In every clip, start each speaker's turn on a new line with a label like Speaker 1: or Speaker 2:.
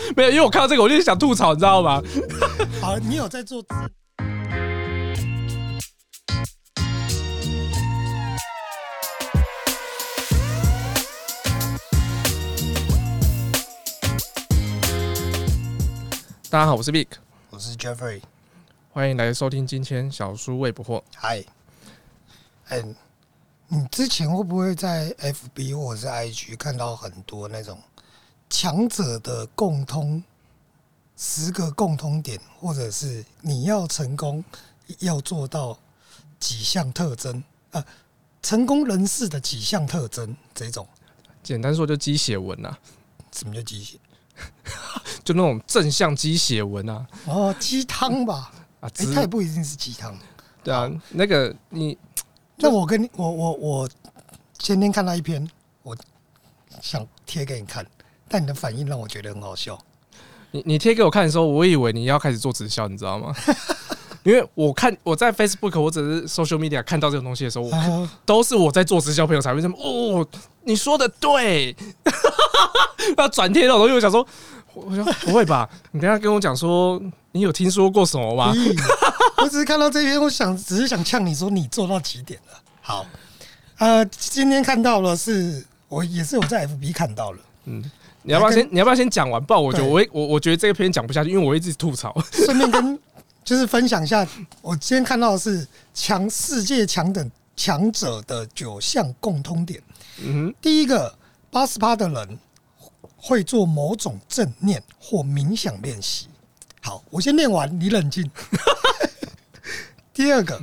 Speaker 1: 没有，因为我看到这个我就想吐槽，你知道吗？
Speaker 2: 好，你有在做自
Speaker 1: 大家好，我是 Vic，
Speaker 2: 我是 Jeffrey，
Speaker 1: 欢迎来收听今天小叔未捕获。
Speaker 2: 嗨，哎，你之前会不会在 FB 或者是 IG 看到很多那种强者的共通十个共通点，或者是你要成功要做到几项特征啊、呃成功人士的几项特征这种，
Speaker 1: 简单说就鸡血文啊，
Speaker 2: 什么叫鸡血？
Speaker 1: 就那种正向鸡血文啊
Speaker 2: 哦，鸡汤 吧？
Speaker 1: 啊，
Speaker 2: 哎、
Speaker 1: 之
Speaker 2: 它也不一定是鸡汤。
Speaker 1: 对啊，那个你
Speaker 2: 那我跟你，我我我前天看到一篇，我想贴给你看，但你的反应让我觉得很好笑。
Speaker 1: 你你贴给我看的时候，我以为你要开始做直销，你知道 吗？因为我看我在 Facebook 或者是 social media 看到这种东西 的时候，我
Speaker 2: 啊，
Speaker 1: 都是我在做直销朋友才会这么哦，你说的对， 那转贴那种东西，我想说，我我想不会吧？你等一下跟我讲说，你有听说过什么吗？
Speaker 2: 咦我只是看到这篇，我想只是想呛你说你做到几点了？好，呃，今天看到了是，我也是我在 FB 看到了，
Speaker 1: 你要不要
Speaker 2: 来
Speaker 1: 先你要不要先讲完？不然我觉得
Speaker 2: 对
Speaker 1: 我会我我觉得这个篇讲不下去，因为我一直吐槽。
Speaker 2: 顺便跟就是分享一下，我今天看到的是强世界强等强者的九项共通点。
Speaker 1: 嗯
Speaker 2: 第一个，八十趴的人会做某种正念或冥想练习。好，我先念完，你冷静。 第二个，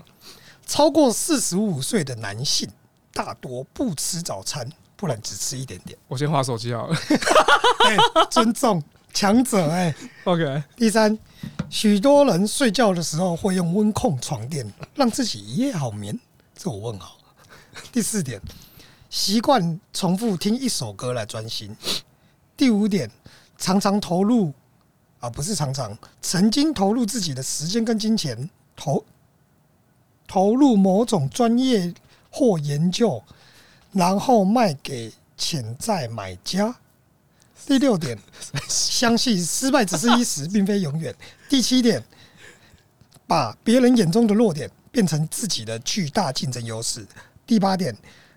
Speaker 2: 超过四十五岁的男性大多不吃早餐，不然只吃一点点
Speaker 1: 哼，。我先划手机好了。
Speaker 2: 哎尊重强者哎、
Speaker 1: OK，
Speaker 2: 第三，许多人睡觉的时候会用温控床垫，让自己一夜好眠。这我问好。第四点，习惯重复听一首歌来专心。第五点，常常投入啊，不是常常，曾经投入自己的时间跟金钱，投投入某种专业或研究，然后卖给潜在买家。第六点，相信失败只是一时，并非永远。第七点，把别人眼中的弱点变成自己的巨大竞争优势。第八点，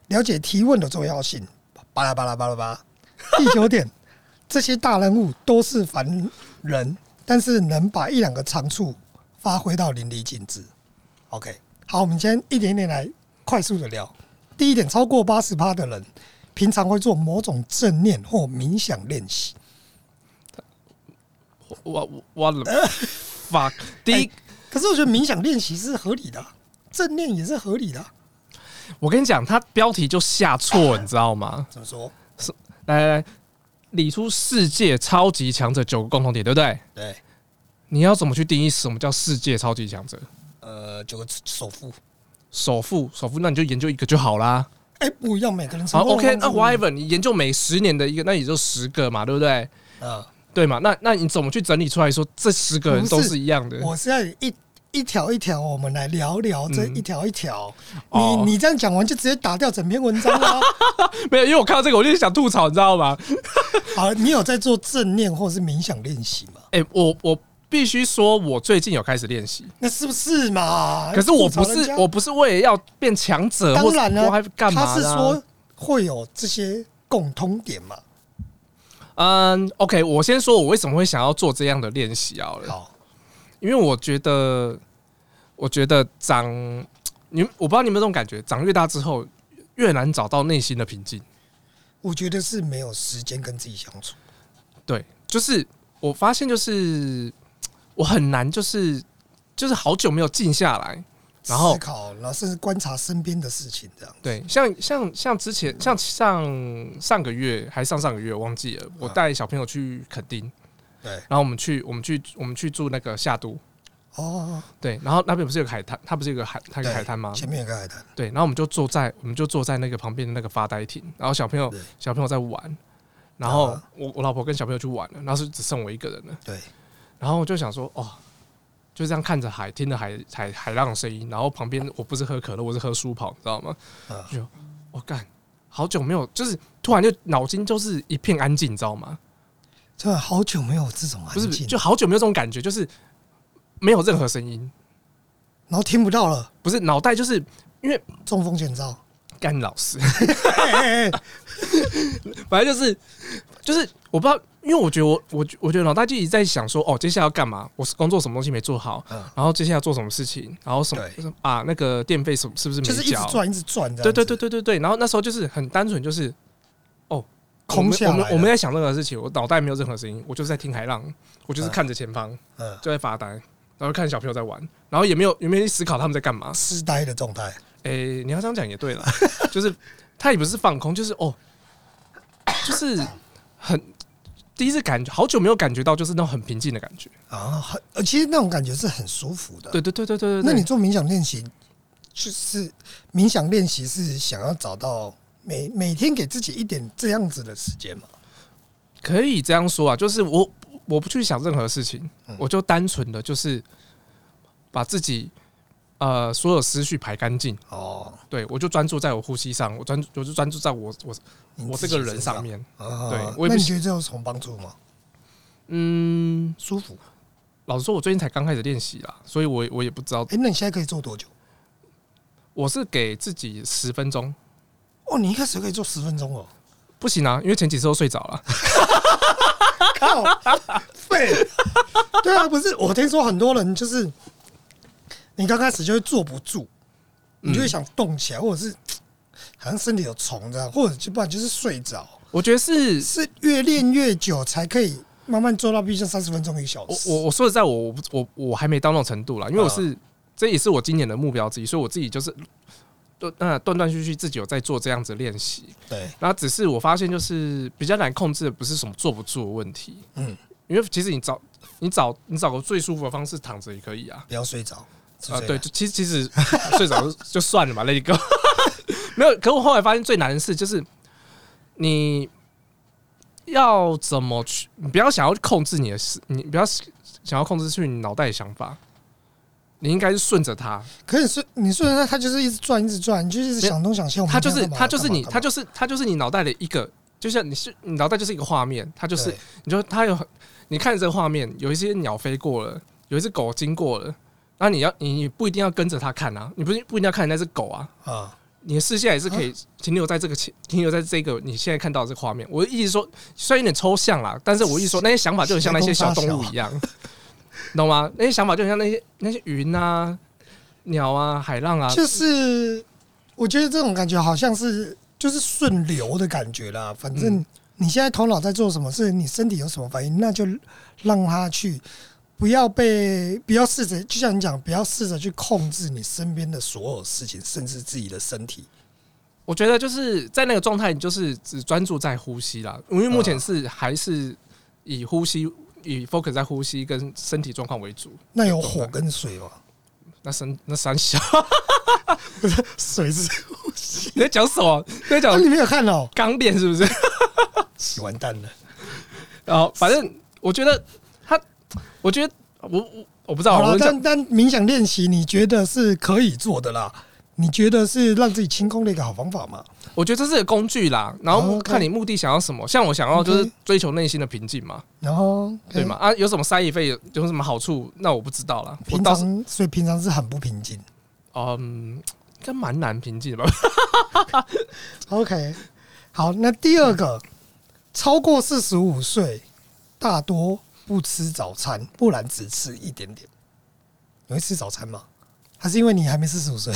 Speaker 2: 了解提问的重要性。巴拉巴拉巴拉巴拉。第九点，这些大人物都是凡人，但是能把一两个长处发挥到淋漓尽致。OK，好，我们今天一点一点来快速的聊。第一点，超过八十趴的人，平常会做某种正念或冥想练习。
Speaker 1: 我我我了 fuck，第 一，
Speaker 2: 可是我觉得冥想练习是合理的啊、正念也是合理的啊、
Speaker 1: 我跟你讲，他标题就下错，你知道吗？
Speaker 2: 怎么说？
Speaker 1: 来来来，理出世界超级强者九个共同点，对不对？
Speaker 2: 对，
Speaker 1: 你要怎么去定义什么叫世界超级强者？
Speaker 2: 呃，九个首富，
Speaker 1: 首富，首富，那你就研究一个就好啦。
Speaker 2: 哎、不一样，每个人
Speaker 1: 好
Speaker 2: 成功的
Speaker 1: ，OK，那
Speaker 2: 方式不一样
Speaker 1: whatever，你研究每十年的一个，那也就十个嘛，对不对？
Speaker 2: 啊、
Speaker 1: 对嘛？那那你怎么去整理出来说这十个人都是一样的？
Speaker 2: 我是要一一条一条，我们来聊聊这
Speaker 1: 嗯
Speaker 2: 一条一条。
Speaker 1: 哦
Speaker 2: 你你这样讲完就直接打掉整篇文章 了啊、
Speaker 1: 没有，因为我看到这个我就想吐槽，你知道吗？
Speaker 2: 好，你有在做正念或是冥想练习吗？
Speaker 1: 哎、我我必须说，我最近有开始练习，
Speaker 2: 那是不是嘛？
Speaker 1: 可是我
Speaker 2: 哎吐
Speaker 1: 不
Speaker 2: 槽人
Speaker 1: 是
Speaker 2: 家
Speaker 1: 我不是为了要变强者，
Speaker 2: 当然
Speaker 1: 了，我还
Speaker 2: 了，
Speaker 1: 干嘛啦？
Speaker 2: 他是说会有这些共通点嘛？
Speaker 1: 嗯，OK，我先说我为什么会想要做这样的练习好了。
Speaker 2: 好，
Speaker 1: 因为我觉得，我觉得长你我不知道你们有没有这种感觉，长越大之后越难找到内心的平静。
Speaker 2: 我觉得是没有时间跟自己相处。
Speaker 1: 对，就是我发现，就是我很难，就是就是好久没有静下来。然后
Speaker 2: 思考，然后甚至观察身边的事情，这样。
Speaker 1: 对，像像像之前，像上上个月还上上个月忘记了，我
Speaker 2: 啊
Speaker 1: 带小朋友去垦丁，
Speaker 2: 对，
Speaker 1: 然后我们去我们去我们去住那个夏都，
Speaker 2: 哦，
Speaker 1: 对，然后那边不是有个海滩，它不是有个海它有
Speaker 2: 对
Speaker 1: 个海滩吗？
Speaker 2: 哦前面有个海滩，
Speaker 1: 对，然后我们就坐在我们就坐在那个旁边的那个发呆亭，然后小朋友
Speaker 2: 对
Speaker 1: 小朋友在玩，然后
Speaker 2: 啊
Speaker 1: 我我老婆跟小朋友去玩了，然后是只剩我一个人了，
Speaker 2: 对，
Speaker 1: 然后我就想说哦，就这样看着海，听着海海海浪的声音，然后旁边我不是喝可乐，我是喝舒跑，你知道吗？
Speaker 2: 啊
Speaker 1: 就哦我干，好久没有，就是突然就脑筋就是一片安静，你知道吗？
Speaker 2: 真的好久没有这种
Speaker 1: 啊不是
Speaker 2: 安静，
Speaker 1: 就好久没有这种感觉，就是没有任何声音，
Speaker 2: 然后听不到了，
Speaker 1: 不是脑袋就是因为
Speaker 2: 中风前兆。
Speaker 1: 干老师，
Speaker 2: 哎哎哎
Speaker 1: 反正就是就是我不知道，因为我觉得我我我觉得脑袋就一直在想说，哦，接下来要干嘛？我是工作什么东西没做好，
Speaker 2: 嗯
Speaker 1: 然后接下来要做什么事情，然后什么
Speaker 2: 对
Speaker 1: 什么啊那个电费什么是不是没
Speaker 2: 就是一直
Speaker 1: 交？
Speaker 2: 转，一直转这
Speaker 1: 对
Speaker 2: 样子。
Speaker 1: 对对对对对。然后那时候就是很单纯，就是哦，
Speaker 2: 空
Speaker 1: 我们
Speaker 2: 下
Speaker 1: 我们
Speaker 2: 来了
Speaker 1: 我们在想任何事情，我脑袋没有任何声音，我就是在听海浪，我就是看着前方，
Speaker 2: 嗯，
Speaker 1: 就在发呆，然后看小朋友在玩，然后也没有也没有去思考他们在干嘛。
Speaker 2: 痴呆的状态。
Speaker 1: 诶、你要这样讲也对 了，就是他也不是放空，就是哦，就是很第一次感觉，好久没有感觉到就是那种很平静的感觉。
Speaker 2: 啊，很，呃其实那种感觉是很舒服的。
Speaker 1: 对对对对对对
Speaker 2: 那
Speaker 1: 对，
Speaker 2: 你做冥想练习，就是冥想练习是想要找到每每天给自己一点这样子的时间嘛？
Speaker 1: 可以这样说啊，就是我我不去想任何事情，
Speaker 2: 嗯
Speaker 1: 我就单纯的就是把自己呃所有思绪排干净，
Speaker 2: 哦，
Speaker 1: 对我就专注在我呼吸上，我专我就专注在我我
Speaker 2: 你
Speaker 1: 我
Speaker 2: 自
Speaker 1: 这
Speaker 2: 己
Speaker 1: 个人
Speaker 2: 身
Speaker 1: 上。面，
Speaker 2: 啊
Speaker 1: 对我也不
Speaker 2: 那你
Speaker 1: 喜
Speaker 2: 觉得这有什么帮助吗？
Speaker 1: 嗯，
Speaker 2: 舒服。
Speaker 1: 老实说，我最近才刚开始练习啦，所以我我也不知道，
Speaker 2: 哎、那你现在可以做多久？
Speaker 1: 我是给自己十分钟。
Speaker 2: 哦，你一开始可以做十分钟 哦。
Speaker 1: 不行啊，因为前几次都睡着了。
Speaker 2: 靠，废。对啊，不是，我听说很多人就是，你刚开始就会坐不住，你
Speaker 1: 嗯
Speaker 2: 就会想动起来，或者是好像身体有虫这样，或者就不然就是睡着。
Speaker 1: 我觉得是
Speaker 2: 是越练越久才可以慢慢做到，毕竟三十分钟一小
Speaker 1: 我
Speaker 2: 时。
Speaker 1: 我我说实在我我不我我还没到那种程度啦，因为我是、这也是我今年的目标之一，所以我自己就是断那断断续续自己有在做这样子练习。
Speaker 2: 对，
Speaker 1: 然后只是我发现就是比较难控制的不是什么做不做的问题，
Speaker 2: 嗯，
Speaker 1: 因为其实你找你找你找个最舒服的方式躺着也可以啊。
Speaker 2: 不要睡着。是
Speaker 1: 啊，
Speaker 2: 这
Speaker 1: 对，
Speaker 2: 样，
Speaker 1: 就其实其实 睡着就就算了嘛，Let it go。没有，可我后来发现最难的事就是你要怎么去，你不要想要控制你的思，你不要想要控制去你脑袋的想法，你应该是顺着它，
Speaker 2: 可是你睡你睡着，它就是一直转，一直转，你就一直想东想西。我们
Speaker 1: 它就是
Speaker 2: 哦干嘛
Speaker 1: 它就是你
Speaker 2: 干嘛
Speaker 1: 它就是它就是你脑袋的一个，就像你是你脑袋就是一个画面，它就是
Speaker 2: 对
Speaker 1: 你就它有你看这个画面，有一些鸟飞过了，有一只狗经过了，那你要你你不一定要跟着它看啊，你不不一定要看那只狗啊，
Speaker 2: 啊，
Speaker 1: 你的视线也是可以停留在这个情，停留在这个你现在看到的这个画面。我一直说，虽然有点抽象啦，但是我一直说那些想法就很像那些小动物一样， 懂吗？那些想法就很像那些那些云啊、鸟啊、海浪啊，
Speaker 2: 就是我觉得这种感觉好像是就是顺流的感觉啦。反正你现在头脑在做什么事，你身体有什么反应，那就让它去。不要被，不要试着，就像你讲，不要试着去控制你身边的所有事情，甚至自己的身体。
Speaker 1: 我觉得就是在那个状态，你就是只专注在呼吸啦，因为目前是还是以呼吸、以 focus 在呼吸跟身体状况为主。
Speaker 2: 那有火跟水哦吗？
Speaker 1: 那三那三小，
Speaker 2: 水是
Speaker 1: 你在讲什么？你在
Speaker 2: 啊，
Speaker 1: 讲
Speaker 2: 你没有看哦，
Speaker 1: 刚变是不是？
Speaker 2: 完蛋了。
Speaker 1: 然后呃反正我觉得他，我觉得我我我不知道，
Speaker 2: 好
Speaker 1: 我
Speaker 2: 了，
Speaker 1: 就想
Speaker 2: 但但冥想练习，你觉得是可以做的啦？你觉得是让自己清空的一个好方法吗？
Speaker 1: 我觉得这是个工具啦，然
Speaker 2: 哦
Speaker 1: 后
Speaker 2: ，OK
Speaker 1: 看你目的想要什么。像我想要就是
Speaker 2: OK
Speaker 1: 追求内心的平静嘛，
Speaker 2: 然后
Speaker 1: 对嘛？？啊，有什么 side effect 有有什么好处？那我不知道啦。我
Speaker 2: 平
Speaker 1: 倒是
Speaker 2: 常所以平常是很不平静。
Speaker 1: 嗯，应该蛮难平静的吧？
Speaker 2: OK，好，那第二个，超过四十五岁，大多不吃早餐，不然只吃一点点。你会吃早餐吗？还是因为你还没四十五岁？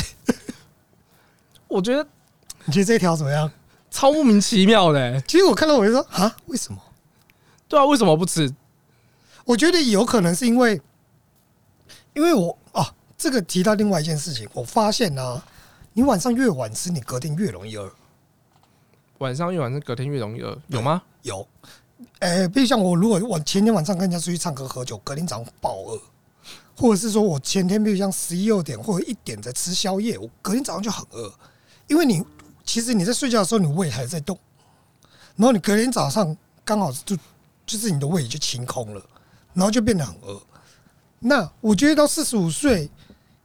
Speaker 1: 我觉得
Speaker 2: 你觉得这条怎么样？
Speaker 1: 超莫名其妙的、欸，
Speaker 2: 其实我看到我就说啊，为什么？
Speaker 1: 对啊，为什么不吃？
Speaker 2: 我觉得有可能是因为，因为我啊，这个提到另外一件事情，我发现啊，你晚上越晚吃，你隔天越容易饿。
Speaker 1: 晚上越晚是隔天越容易饿，有吗？
Speaker 2: 有，呃、比如像我，如果我前天晚上跟人家出去唱歌喝酒，隔天早上暴饿，或者是说我前天比如像十一二点或者一点在吃宵夜，我隔天早上就很饿，因为你其实你在睡觉的时候，你胃还在动，然后你隔天早上刚好就就是你的胃就清空了，然后就变得很饿。那我觉得到四十五岁，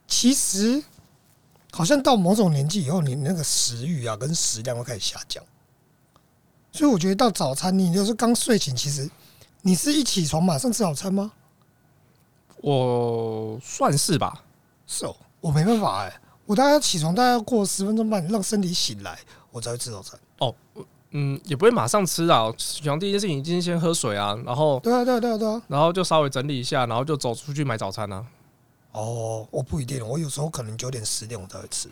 Speaker 2: 其实好像到某种年纪以后，你那个食欲啊跟食量会开始下降。所以我觉得到早餐，你就是刚睡醒，其实你是一起床马上吃早餐吗？
Speaker 1: 我算是吧，
Speaker 2: 是哦，我没办法哎、我大概起床大概要过十分钟半，让身体醒来，我才会吃早餐。
Speaker 1: 嗯，也不会马上吃啊。起床第一件事情一定先喝水啊，然后
Speaker 2: 对啊，对啊，对啊，对啊。
Speaker 1: 然后就稍微整理一下，然后就走出去买早餐啊。
Speaker 2: 哦，我不一定，我有时候可能九点十点我才会吃。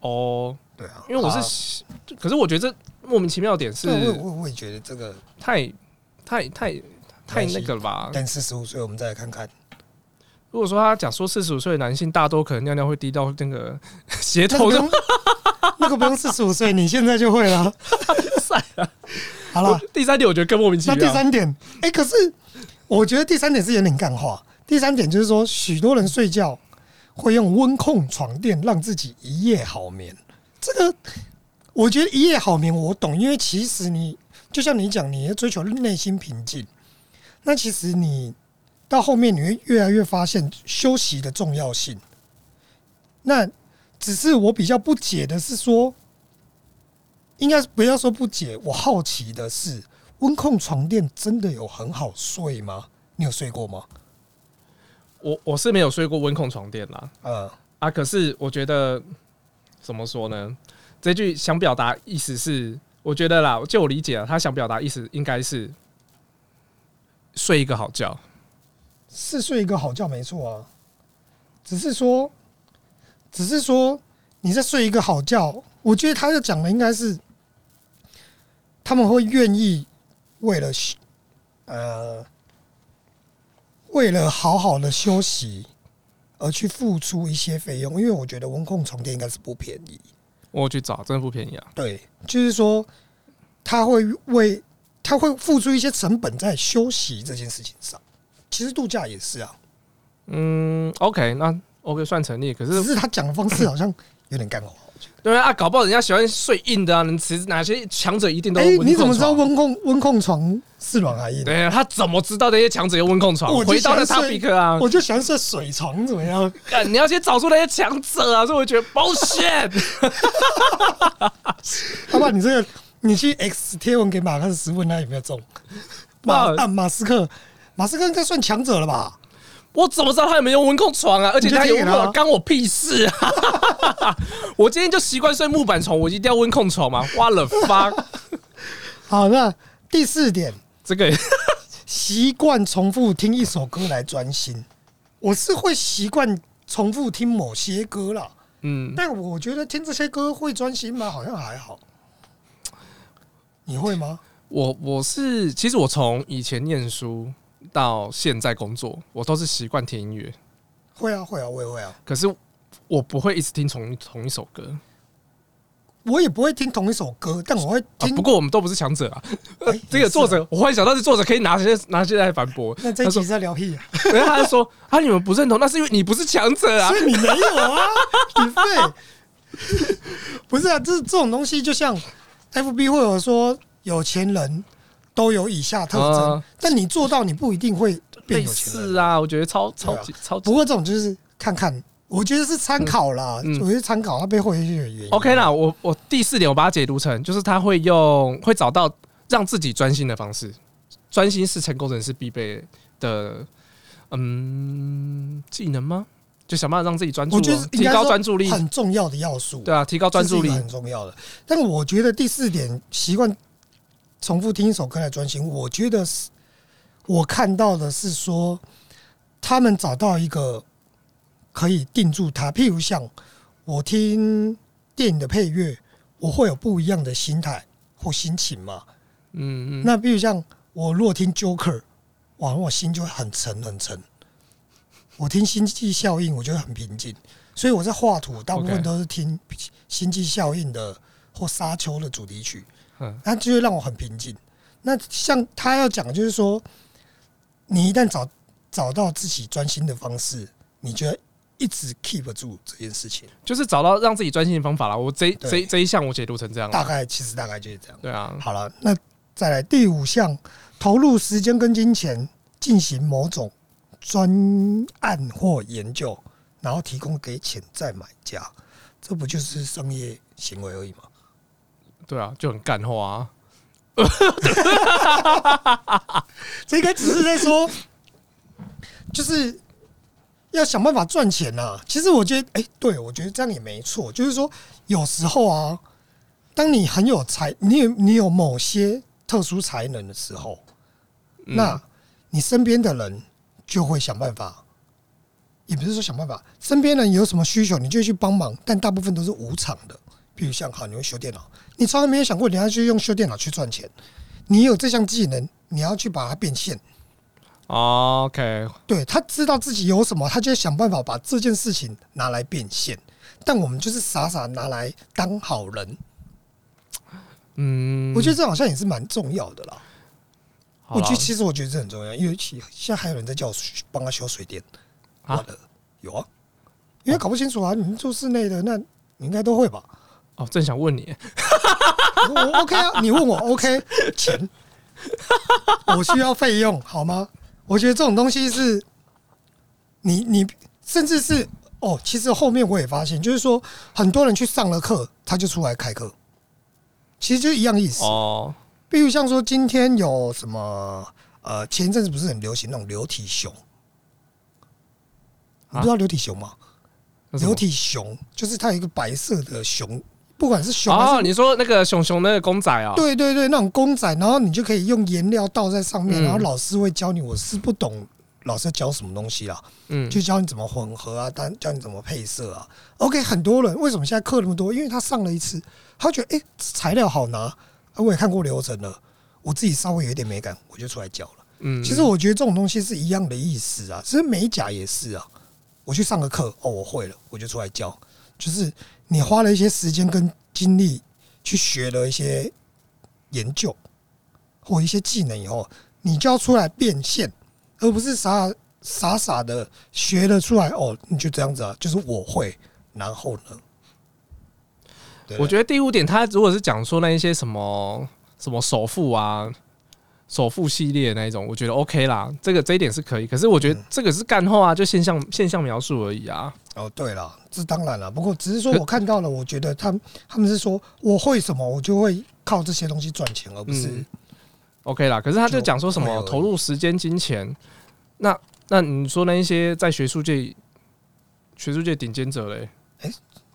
Speaker 1: 哦，
Speaker 2: 对啊，
Speaker 1: 因为我是
Speaker 2: 啊
Speaker 1: 喜，可是我觉得这莫名其妙的点是
Speaker 2: 对，我也我我也觉得这个，
Speaker 1: 太太太太
Speaker 2: 关系
Speaker 1: 那个了吧。
Speaker 2: 但四十五岁我们再来看看，
Speaker 1: 如果说他讲说四十五岁的男性大多可能尿尿会滴到那个 鞋
Speaker 2: 那个
Speaker 1: 头
Speaker 2: 不
Speaker 1: 上，
Speaker 2: 用那个不用四十五岁，你现在就会了。
Speaker 1: 晒啊。
Speaker 2: 好了，
Speaker 1: 第三点我觉得更莫名其
Speaker 2: 那
Speaker 1: 妙。
Speaker 2: 第三点，哎、可是我觉得第三点是有点干话。第三点就是说，许多人睡觉会用温控床垫让自己一夜好眠。这个我觉得一夜好眠我懂，因为其实你就像你讲，你要追求内心平静，那其实你到后面你会越来越发现休息的重要性。那只是我比较不解的是说，应该不要说不解，我好奇的是，温控床垫真的有很好睡吗？你有睡过吗？
Speaker 1: 我我是没有睡过温控床垫啦，
Speaker 2: 呃，
Speaker 1: 啊，可是我觉得怎么说呢？这句想表达意思是，我觉得啦，就我理解啊，他想表达意思应该是睡一个好觉。
Speaker 2: 是睡一个好觉没错啊，只是说，只是说你在睡一个好觉，我觉得他就讲的应该是他们会愿意为了休呃，为了好好的休息而去付出一些费用，因为我觉得温控床垫应该是不便宜。
Speaker 1: 我去找，真的不便宜啊。
Speaker 2: 对，就是说他会为他会付出一些成本在休息这件事情上。其实度假也是啊，
Speaker 1: 嗯，OK，那 OK 算成立。可
Speaker 2: 只
Speaker 1: 是
Speaker 2: 是他讲的方式好像有点干活。
Speaker 1: 对啊，搞不好人家喜欢睡硬的啊，你其实哪些强者一定都
Speaker 2: 哎、
Speaker 1: 有温控
Speaker 2: 你怎么知道
Speaker 1: 床
Speaker 2: 温控温控床是软还硬？
Speaker 1: 对啊，他怎么知道那些强者有温控床？
Speaker 2: 我就
Speaker 1: 回到那
Speaker 2: 想睡
Speaker 1: topic 啊，
Speaker 2: 我就喜欢睡水床，怎么样？
Speaker 1: 干你要先找出那些强者啊，所以我觉得 bullshit。
Speaker 2: 要不然你这个，你去 X 贴文给马克思问他有没 有中？马
Speaker 1: 哇
Speaker 2: 啊，马斯克，马斯克应该算强者了吧？
Speaker 1: 我怎么知道他有没有温控床啊？而且他有温控
Speaker 2: 你就贴给
Speaker 1: 床，
Speaker 2: 他
Speaker 1: 干我屁事啊！ 我今天就习惯睡木板床，我一定要温控床嘛。What the fuck？
Speaker 2: 好，那第四点，
Speaker 1: 这个也
Speaker 2: 习惯重复听一首歌来专心。我是会习惯重复听某些歌啦，
Speaker 1: 嗯，
Speaker 2: 但我觉得听这些歌会专心吗？好像还好。你会吗？
Speaker 1: 我我是其实我从以前念书到现在工作，我都是习惯听音乐，
Speaker 2: 会啊，会啊，我也会啊。
Speaker 1: 可是我不会一直听同同一首歌
Speaker 2: 我也不会听同一首歌，但我会
Speaker 1: 啊。
Speaker 2: 听。
Speaker 1: 不过我们都不是强者啊，
Speaker 2: 哎
Speaker 1: 这个作，
Speaker 2: 也是啊
Speaker 1: 者，我忽然想到，这作者可以拿些拿些来反驳。
Speaker 2: 那这一
Speaker 1: 他说
Speaker 2: 集是在聊屁啊？：“
Speaker 1: 然后他就说啊，你们不认同，那是因为你不是强者啊
Speaker 2: 所。以你没有 啊？你废？不是啊，这这种东西就像 F B 会有说有钱人都有以下特征，
Speaker 1: 啊
Speaker 2: 但你做到你不一定会”变
Speaker 1: 类
Speaker 2: 有钱人。
Speaker 1: 似啊，我觉得超超级超级
Speaker 2: 不过这种就是看看，我觉得是参考啦，
Speaker 1: 嗯嗯
Speaker 2: 我觉得参考它背后一些原因。
Speaker 1: OK 啦。我我第四点，我把它解读成就是他会用会找到让自己专心的方式，专心是成功人士必备的嗯技能吗？就想办法让自己专注
Speaker 2: 我觉
Speaker 1: 哦
Speaker 2: 得，应
Speaker 1: 提
Speaker 2: 该
Speaker 1: 高
Speaker 2: 说
Speaker 1: 专注力，
Speaker 2: 很重要的要素，
Speaker 1: 对啊，提高专注
Speaker 2: 这是
Speaker 1: 力
Speaker 2: 一个。很重要的。但我觉得第四点，习惯重复听一首歌来专心，我觉得是我看到的是说，他们找到一个可以定住它，譬如像我听电影的配乐，我会有不一样的心态或心情嘛。
Speaker 1: 嗯嗯，
Speaker 2: 那比如像我如果听 Joker，哇，我心就会很沉很沉。我听星际效应，我觉得很平静，所以我在画图，大部分
Speaker 1: OK
Speaker 2: 都是听星际效应的或沙丘的主题曲，
Speaker 1: 嗯
Speaker 2: 那就会让我很平静。那像他要讲，就是说，你一旦找找到自己专心的方式，你就要一直 keep 住这件事情。
Speaker 1: 就是找到让自己专心的方法啦。我这这
Speaker 2: 对
Speaker 1: 这一项我解读成这样啦，
Speaker 2: 大概其实大概就是这样。
Speaker 1: 对啊，
Speaker 2: 好了，那再来第五项，投入时间跟金钱进行某种专案或研究，然后提供给潜在买家，这不就是商业行为而已吗？
Speaker 1: 对啊，就很干话啊。
Speaker 2: 这应该只是在说，就是要想办法赚钱呐、啊。其实我觉得，哎、对我觉得这样也没错。就是说，有时候啊，当你很有才，你有你有某些特殊才能的时候，
Speaker 1: 嗯
Speaker 2: 那你身边的人就会想办法，也不是说想办法，身边人有什么需求，你就去帮忙。但大部分都是无偿的，比如像好，你会修电脑，你从来没有想过你要去用修电脑去赚钱。你有这项技能，你要去把它变现。
Speaker 1: 啊 OK，
Speaker 2: 对他知道自己有什么，他就会想办法把这件事情拿来变现。但我们就是傻傻拿来当好人，
Speaker 1: 嗯，
Speaker 2: 我觉得这好像也是蛮重要的啦。
Speaker 1: 好
Speaker 2: 我
Speaker 1: 啦
Speaker 2: 觉得其实我觉得这很重要，因为其现在还有人在叫我去帮他修水电，
Speaker 1: 啊
Speaker 2: 完了有啊，因为搞不清楚啊，你们做室内的，那你应该都会吧？
Speaker 1: 哦，正想问你，
Speaker 2: 我我 OK 啊，你问我 OK 钱，我需要费用好吗？我觉得这种东西是，你你甚至是哦，其实后面我也发现，就是说很多人去上了课，他就出来开课，其实就一样意思。
Speaker 1: 哦，
Speaker 2: 比如像说今天有什么呃，前一阵子不是很流行那种流体熊，你不知道流体熊吗？
Speaker 1: 那啊什么
Speaker 2: 流体熊就是它有一个白色的熊，不管是熊还
Speaker 1: 哦，
Speaker 2: 是
Speaker 1: 你说那个熊熊那个公仔啊，
Speaker 2: 对对对，那种公仔，然后你就可以用颜料倒在上面，
Speaker 1: 嗯
Speaker 2: 然后老师会教你。我是不懂老师要教什么东西啦，
Speaker 1: 嗯，
Speaker 2: 就教你怎么混合啊，当教你怎么配色啊。OK，很多人为什么现在课那么多？因为他上了一次，他觉得哎、诶材料好拿，啊我也看过流程了，我自己稍微有一点美感，我就出来教了。
Speaker 1: 嗯，
Speaker 2: 其实我觉得这种东西是一样的意思啊，其实美甲也是啊。我去上个课，哦，我会了，我就出来教。就是你花了一些时间跟精力去学了一些研究或一些技能以后，你就要出来变现，而不是傻傻傻的学了出来。哦，你就这样子啊，就是我会，然后呢？对啊
Speaker 1: 我觉得第五点，他如果是讲说那一些什么什么首付啊、首付系列那一种，我觉得 OK 啦，这个这一点是可以。可是我觉
Speaker 2: 嗯
Speaker 1: 得这个是干话啊，就现象现象描述而已啊。
Speaker 2: 哦，对了，这当然了。不过只是说我看到了，我觉得他们他们是说我会什么，我就会靠这些东西赚钱，而不是、
Speaker 1: 嗯 OK 啦，可是他就
Speaker 2: 就
Speaker 1: 讲说什
Speaker 2: 会
Speaker 1: 么
Speaker 2: 而已
Speaker 1: 投入时间、金钱，那那你说那一些在学术界学术界顶尖者嘞，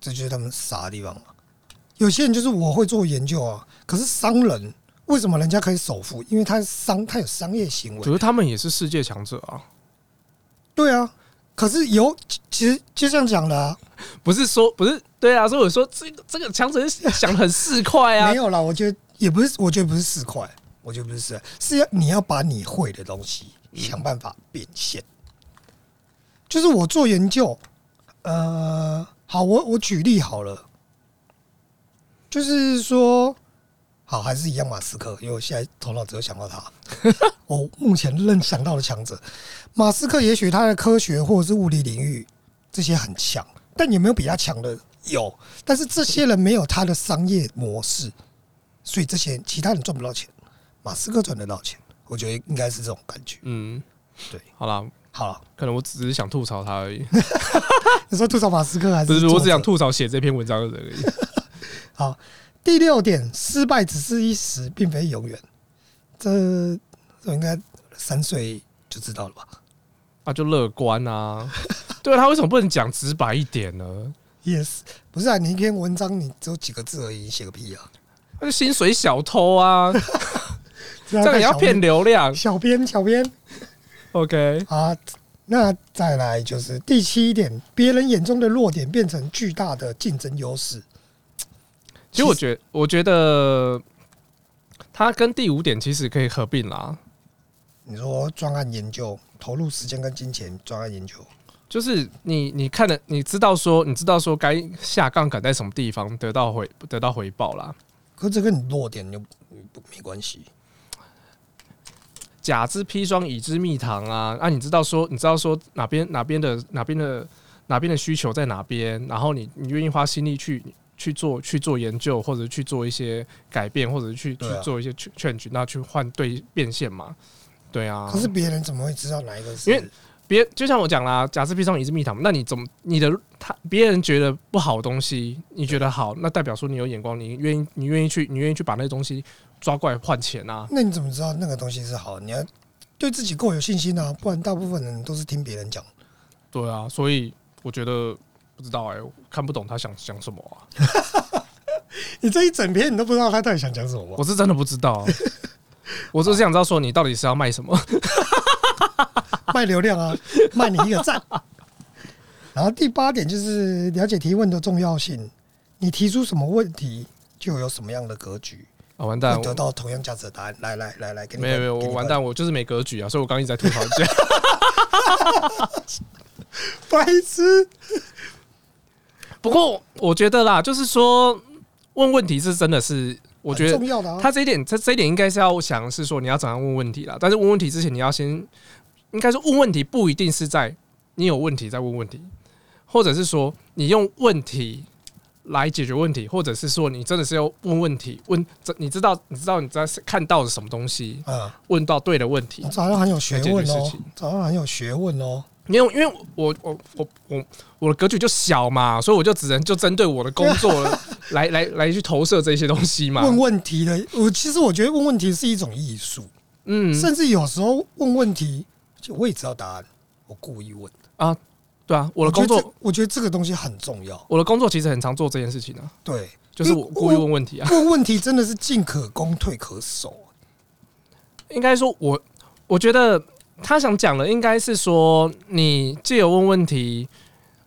Speaker 2: 这就是他们傻的地方嘛。有些人就是我会做研究啊，可是商人为什么人家可以首付？因为他商他有商业行
Speaker 1: 可
Speaker 2: 为，
Speaker 1: 是他们也是世界强者啊，
Speaker 2: 对啊。可是有其其实就像讲的、啊，
Speaker 1: 不是说不是对啊，所以我说这个这个强者是想得很市侩 啊
Speaker 2: 没，有啦，我觉得也不是，我觉得不是四块，我觉得不是四块，是要你要把你会的东西想办法变现。就是我做研究，呃，好，我我举例好了，就是说，好，还是一样马斯克，因为我现在头脑只有想到他。我目前认想到的强者，马斯克也许他的科学或者是物理领域这些很强，但有没有比他强的？有，但是这些人没有他的商业模式，所以这些其他人赚不到钱，马斯克赚得到钱，我觉得应该是这种感觉。
Speaker 1: 嗯，
Speaker 2: 对，
Speaker 1: 好啦，
Speaker 2: 好了，
Speaker 1: 可能我只是想吐槽他而已。
Speaker 2: 你说吐槽马斯克还是
Speaker 1: 不是，我只想
Speaker 2: 作
Speaker 1: 吐
Speaker 2: 者
Speaker 1: 槽写这篇文章的人而 已。
Speaker 2: 好，第六点，失败只是一时，并非永远。这这应该三岁就知道了吧？
Speaker 1: 啊，就乐观啊。对啊，他为什么不能讲直白一点呢？
Speaker 2: 也是，不是啊？你一篇文章你只有几个字而已，你写个屁啊！
Speaker 1: 他是薪水小偷 啊，
Speaker 2: 这
Speaker 1: 这样也要骗流量。
Speaker 2: 小编，小编
Speaker 1: OK，
Speaker 2: 啊！那再来就是第七点，别人眼中的弱点变成巨大的竞争优势。
Speaker 1: 其实我觉我觉得他跟第五点其实可以合并啦，
Speaker 2: 你说专案研究投入时间跟金钱，专案研究，
Speaker 1: 就是你你看的，你知道说你知道说该下杠杆在什么地方得到回得到回报啦。
Speaker 2: 可这跟你弱点又不没关系。
Speaker 1: 甲之砒霜，乙之蜜糖啊！啊，你知道说，你知道说哪边哪边的哪边的哪边的需求在哪边，然后你你愿意花心力去去做去做研究，或者去做一些改变，或者去、
Speaker 2: 对啊
Speaker 1: 去做一些劝劝举，那去换对变现嘛？对啊，
Speaker 2: 可是别人怎么会知道哪一个是？
Speaker 1: 因为别就像我讲啦，甲之砒霜，乙之蜜糖，那你怎么你的他别人觉得不好的东西，你觉得好，那代表说你有眼光，你愿意你愿意去你愿意去把那东西抓过来换钱啊。
Speaker 2: 那你怎么知道那个东西是好的？你要对自己够有信心啊，不然大部分人都是听别人讲。
Speaker 1: 对啊，所以我觉得不知道哎、我看不懂他想想什么啊，
Speaker 2: 你这一整篇你都不知道他到底想讲 什么吗？
Speaker 1: 我是真的不知道啊、我就是想知道说你到底是要卖什么。
Speaker 2: 卖流量啊，卖你一个 赞。然后第八点就是了解提问的重要性，你提出什么问题，就有什么样的格局，
Speaker 1: 啊，完蛋，
Speaker 2: 会
Speaker 1: 我
Speaker 2: 得到同样价值的答案。来来来来，给你
Speaker 1: 没有
Speaker 2: 分
Speaker 1: 没有，
Speaker 2: 给
Speaker 1: 我
Speaker 2: 你
Speaker 1: 完
Speaker 2: 分
Speaker 1: 蛋，我就是没格局啊，所以我刚刚一直在吐槽一下。
Speaker 2: 白痴。
Speaker 1: 不过我觉得啦，就是说问问题是真的是，我觉
Speaker 2: 很
Speaker 1: 得
Speaker 2: 重要的啊，
Speaker 1: 他这一点，他这一点应该是要想是说你要怎样问问题啦。但是问问题之前，你要先应该说问问题不一定是在你有问题再问问题，或者是说你用问题来解决问题，或者是说你真的是要问问题，问这你知道你知道你在看到了什么东西，
Speaker 2: 嗯，
Speaker 1: 问到对的问题，
Speaker 2: 早上很有学
Speaker 1: 来
Speaker 2: 问
Speaker 1: 解决事
Speaker 2: 哦
Speaker 1: 情，
Speaker 2: 早上很有学问哦。
Speaker 1: 因为因为我我我我我的格局就小嘛，所以我就只能就针对我的工作 来来来去投射这些东西嘛。
Speaker 2: 问问题的，我其实我觉得问问题是一种艺术，
Speaker 1: 嗯，
Speaker 2: 甚至有时候问问题，就我也知道答案，我故意问。
Speaker 1: 对啊，我的工
Speaker 2: 觉
Speaker 1: 作
Speaker 2: 得这，我觉得这个东西很重要。
Speaker 1: 我的工作其实很常做这件事情啊，
Speaker 2: 对，
Speaker 1: 就是我故意问问题啊。
Speaker 2: 问问题真的是进可攻，退可守。
Speaker 1: 应该说我，我觉得他想讲的应该是说，你借由问问题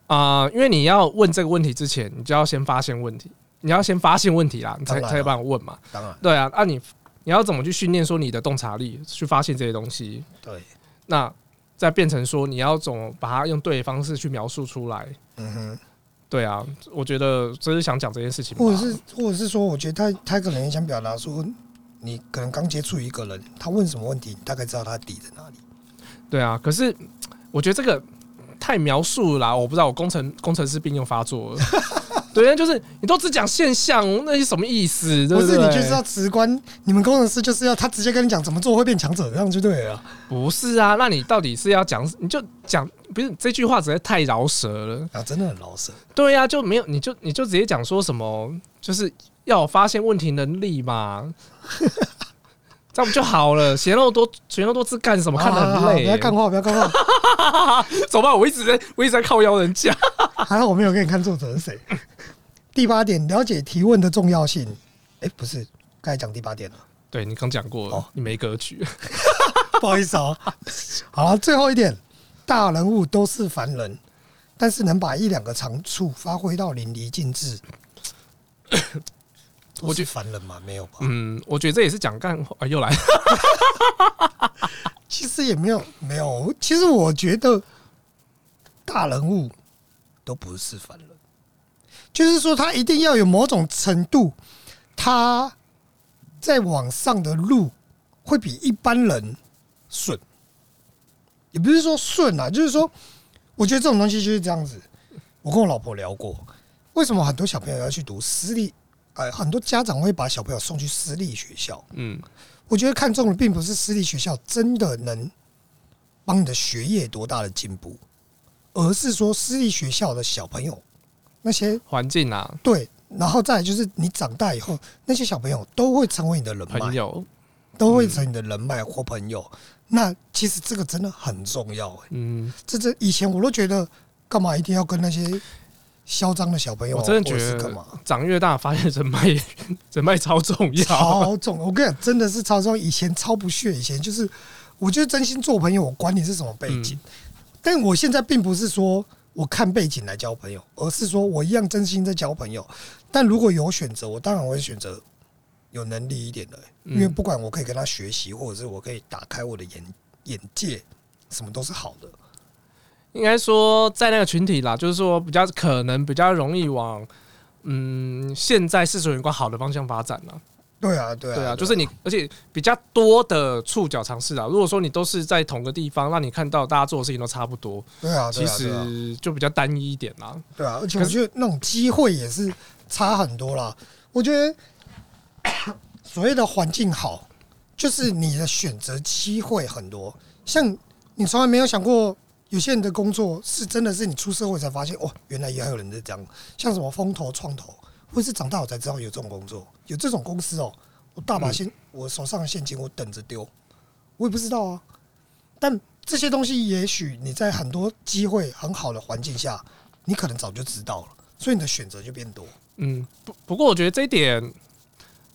Speaker 1: 啊、因为你要问这个问题之前，你就要先发现问题，你要先发现问题啦，你才
Speaker 2: 当然啊
Speaker 1: 才有办法问嘛。
Speaker 2: 当然，
Speaker 1: 对啊，那、你你要怎么去训练说你的洞察力，去发现这些东西？
Speaker 2: 对，
Speaker 1: 那再变成说你要怎么把它用对的方式去描述出来？
Speaker 2: 嗯哼，
Speaker 1: 对啊，我觉得只是想讲这件事情吧。
Speaker 2: 或者是或者是说，我觉得他他可能也想表达说，你可能刚接触一个人，他问什么问题，你大概知道他的底在哪里。
Speaker 1: 对啊，可是我觉得这个太描述了啦我不知道我工程工程师病又发作 了。对啊，就是你都只讲现象，那是什么意思？对
Speaker 2: 不是，
Speaker 1: 对
Speaker 2: 你就是要直观。你们工程师就是要他直接跟你讲怎么做会变强者，这样就对了啊。
Speaker 1: 不是啊？那你到底是要讲？你就讲，不是这句话实在太饶舌了。
Speaker 2: 啊，真的很老实。
Speaker 1: 对啊，就没有，你就你就直接讲说什么，就是要有发现问题能力 嘛，这样不就好了？嫌肉多，嫌肉多汁干什么？看得
Speaker 2: 好好
Speaker 1: 很
Speaker 2: 好
Speaker 1: 累、
Speaker 2: 不要干话，不要干话。
Speaker 1: 走吧，我一直在，我一直在靠腰人家。
Speaker 2: 还好我没有给你看作者是谁。第八点，了解提问的重要性。哎、不是，刚才讲第八点了，
Speaker 1: 对你刚讲过，
Speaker 2: 哦
Speaker 1: 你没格局。
Speaker 2: 不好意思啊。好了，最后一点，大人物都是凡人，但是能把一两个长处发挥到淋漓尽致。
Speaker 1: 我
Speaker 2: 我
Speaker 1: 觉
Speaker 2: 是凡人嘛，没有吧？
Speaker 1: 嗯，我觉得这也是讲干 话、啊，又来了。
Speaker 2: 其实也没有，没有。其实我觉得大人物都不是凡人，就是说他一定要有某种程度，他在往上的路会比一般人顺。也不是说顺啊，就是说，我觉得这种东西就是这样子。我跟我老婆聊过，为什么很多小朋友要去读私立？呃，很多家长会把小朋友送去私立学校，
Speaker 1: 嗯，
Speaker 2: 我觉得看中的并不是私立学校真的能帮你的学业多大的进步，而是说私立学校的小朋友那些
Speaker 1: 环境啊，
Speaker 2: 对，然后再来就是你长大以后，那些小朋友都会成为你的人
Speaker 1: 朋
Speaker 2: 脉，
Speaker 1: 友，嗯
Speaker 2: 都会成为你的人脉或朋友。那其实这个真的很重要、欸，
Speaker 1: 嗯，
Speaker 2: 这这以前我都觉得干嘛一定要跟那些嚣张的小朋友，
Speaker 1: 我真的觉
Speaker 2: 或者是
Speaker 1: 得
Speaker 2: 干嘛
Speaker 1: 长越大发现人脉 人脉超重要。
Speaker 2: 超重。我跟你讲，真的是超重。以前超不屑，以前就是，我就是真心做朋友，我管你是什么背景。
Speaker 1: 嗯
Speaker 2: 但我现在并不是说我看背景来交朋友，而是说我一样真心在交朋友。但如果有选择，我当然会选择有能力一点的、
Speaker 1: 嗯
Speaker 2: 因为不管我可以跟他学习，或者是我可以打开我的眼眼界，什么都是好的。
Speaker 1: 应该说在那个群体啦，就是说比较可能比较容易往嗯现在世俗眼光好的方向发展了。
Speaker 2: 对啊，对啊，
Speaker 1: 对啊，就是你，而且比较多的触角尝试啊。如果说你都是在同个地方，让你看到大家做的事情都差不多，
Speaker 2: 对啊，对
Speaker 1: 其
Speaker 2: 啊对啊
Speaker 1: 实就比较单一一点啦。
Speaker 2: 对啊，而且
Speaker 1: 可
Speaker 2: 我
Speaker 1: 是
Speaker 2: 觉得那种机会也是差很多啦。我觉得所谓的环境好，就是你的选择机会很多。像你从来没有想过，有些人的工作是真的是你出社会才发现，哦，原来也还有人在这样。像什么风投、创投，或是长大我才知道有这种工作，有这种公司哦。我大把现，我手上的现金我等着丢，我也不知道啊。但这些东西，也许你在很多机会很好的环境下，你可能早就知道了，所以你的选择就变多。
Speaker 1: 嗯，不不过我觉得这一点，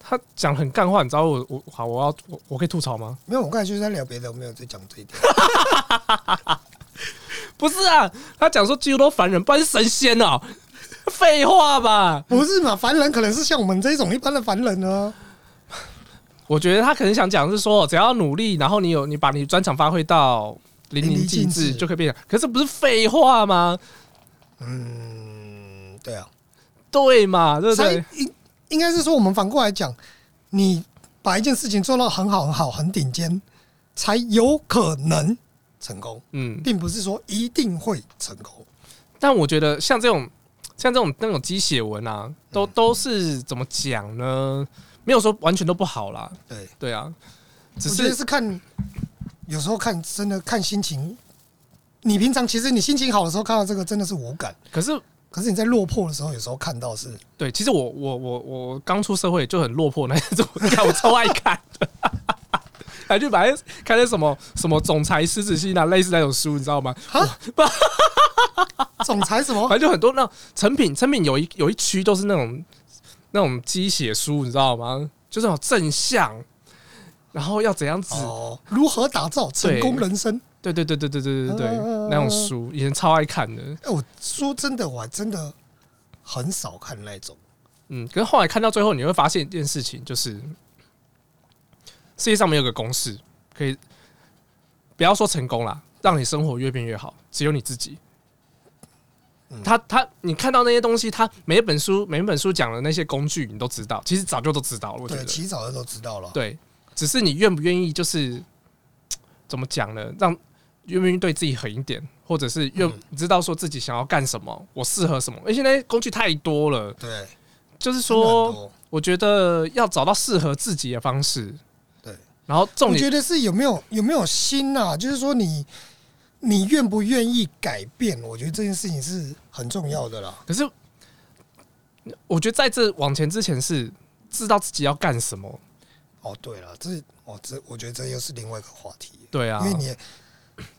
Speaker 1: 他讲很干话，你知道我我好，我要我我可以吐槽吗？
Speaker 2: 没有，我刚才就是在聊别的，我没有在讲这一点。
Speaker 1: 不是啊，他讲说几乎都凡人，不然是神仙哦、 废话吧？
Speaker 2: 不是嘛？凡人可能是像我们这种一般的凡人啊呢、
Speaker 1: 我觉得他可能想讲的是说，只要努力，然后你有你把你专长发挥到淋漓尽
Speaker 2: 淋漓尽致
Speaker 1: 致，就可以变成。可是不是废话吗？
Speaker 2: 嗯，对啊，
Speaker 1: 对嘛，对不
Speaker 2: 所
Speaker 1: 对
Speaker 2: 以？应应该是说，我们反过来讲，你把一件事情做到很好、很好、很顶尖，才有可能成功，
Speaker 1: 嗯，
Speaker 2: 并不是说一定会成功。
Speaker 1: 但我觉得像这种像这种那种鸡血文啊，
Speaker 2: 嗯
Speaker 1: 都都是怎么讲呢？没有说完全都不好啦，
Speaker 2: 对，
Speaker 1: 对啊，只
Speaker 2: 我觉得
Speaker 1: 是
Speaker 2: 是看，有时候看真的看心情。你平常其实你心情好的时候看到这个真的是无感，
Speaker 1: 可是
Speaker 2: 可是你在落魄的时候，有时候看 到是
Speaker 1: 对，其实我我我我刚出社会就很落魄那一种， 看我超爱看的，还去买看那什么什么总裁狮子心啊，类似那种书，你知道吗？
Speaker 2: 哈，总裁什么
Speaker 1: 反正就很多那种成品，成品有一有一区都是那种那种鸡血书，你知道吗？就是那种正向，然后要怎样子。
Speaker 2: 哦，如何打造成功人生？
Speaker 1: 对对对对对对对对，
Speaker 2: 嗯
Speaker 1: 那种书以前超爱看的，
Speaker 2: 哎、我说真的，我还真的很少看那种。
Speaker 1: 嗯，可是后来看到最后，你会发现一件事情，就是世界上没有个公式可以，不要说成功啦，让你生活越变越好，只有你自己。
Speaker 2: 嗯
Speaker 1: 他他，你看到那些东西，他每一本书每一本书讲的那些工具，你都知道，其实早就都知道了。我觉
Speaker 2: 对，
Speaker 1: 得
Speaker 2: 其实早就都知道了。
Speaker 1: 对，只是你愿不愿意，就是怎么讲呢？让愿不愿意对自己狠一点，或者是愿、
Speaker 2: 嗯
Speaker 1: 知道说自己想要干什么，我适合什么？因为现在工具太多了，
Speaker 2: 对，
Speaker 1: 就是
Speaker 2: 真的很
Speaker 1: 说，
Speaker 2: 多
Speaker 1: 我觉得要找到适合自己的方式。
Speaker 2: 对，
Speaker 1: 然后重
Speaker 2: 我觉
Speaker 1: 点，
Speaker 2: 得是有没有有没有心啊？就是说你你愿不愿意改变？我觉得这件事情是很重要的啦。
Speaker 1: 可是我觉得在这往前之前是知道自己要干什么。
Speaker 2: 哦，对了，这哦这我觉得这又是另外一个话题，
Speaker 1: 对啊
Speaker 2: 因，为你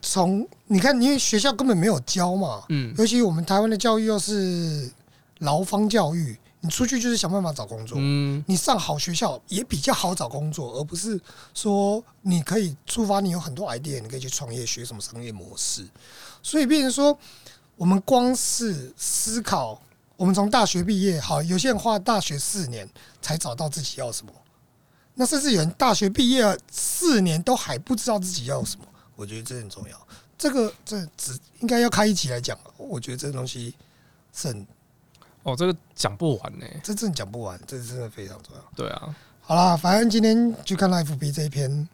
Speaker 2: 从你看，因为学校根本没有教嘛，
Speaker 1: 嗯
Speaker 2: 尤其我们台湾的教育又是劳方教育，你出去就是想办法找工作。
Speaker 1: 嗯，
Speaker 2: 你上好学校也比较好找工作，而不是说你可以触发你有很多 idea，你可以去创业，学什么商业模式。所以变成说，我们光是思考，我们从大学毕业，好，有些人花大学四年才找到自己要什么，那甚至有人大学毕业四年都还不知道自己要什么。我觉得这很重要，这个这只应该要开一集来讲。啊我觉得这东西是很，
Speaker 1: 哦，这个讲不完呢、
Speaker 2: 这真的讲不完，这真的非常重要。
Speaker 1: 对啊，
Speaker 2: 好啦，反正今天就看到 FB 这一篇，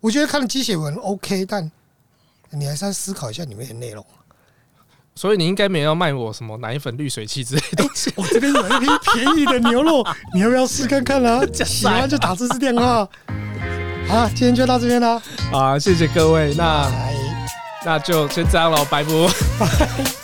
Speaker 2: 我觉得看了鸡血文 OK，但你还是要思考一下里面的内 容。
Speaker 1: 所以你应该没有要卖我什么奶粉、滤水器之类的东西。
Speaker 2: 我哦这边有一批便宜的牛 肉，你要不要试看看啊？喜欢就 打这支电话。 好，今天就到这边啦，
Speaker 1: 啊，谢谢各位，那
Speaker 2: 拜。
Speaker 1: 那就先这样喽，拜拜。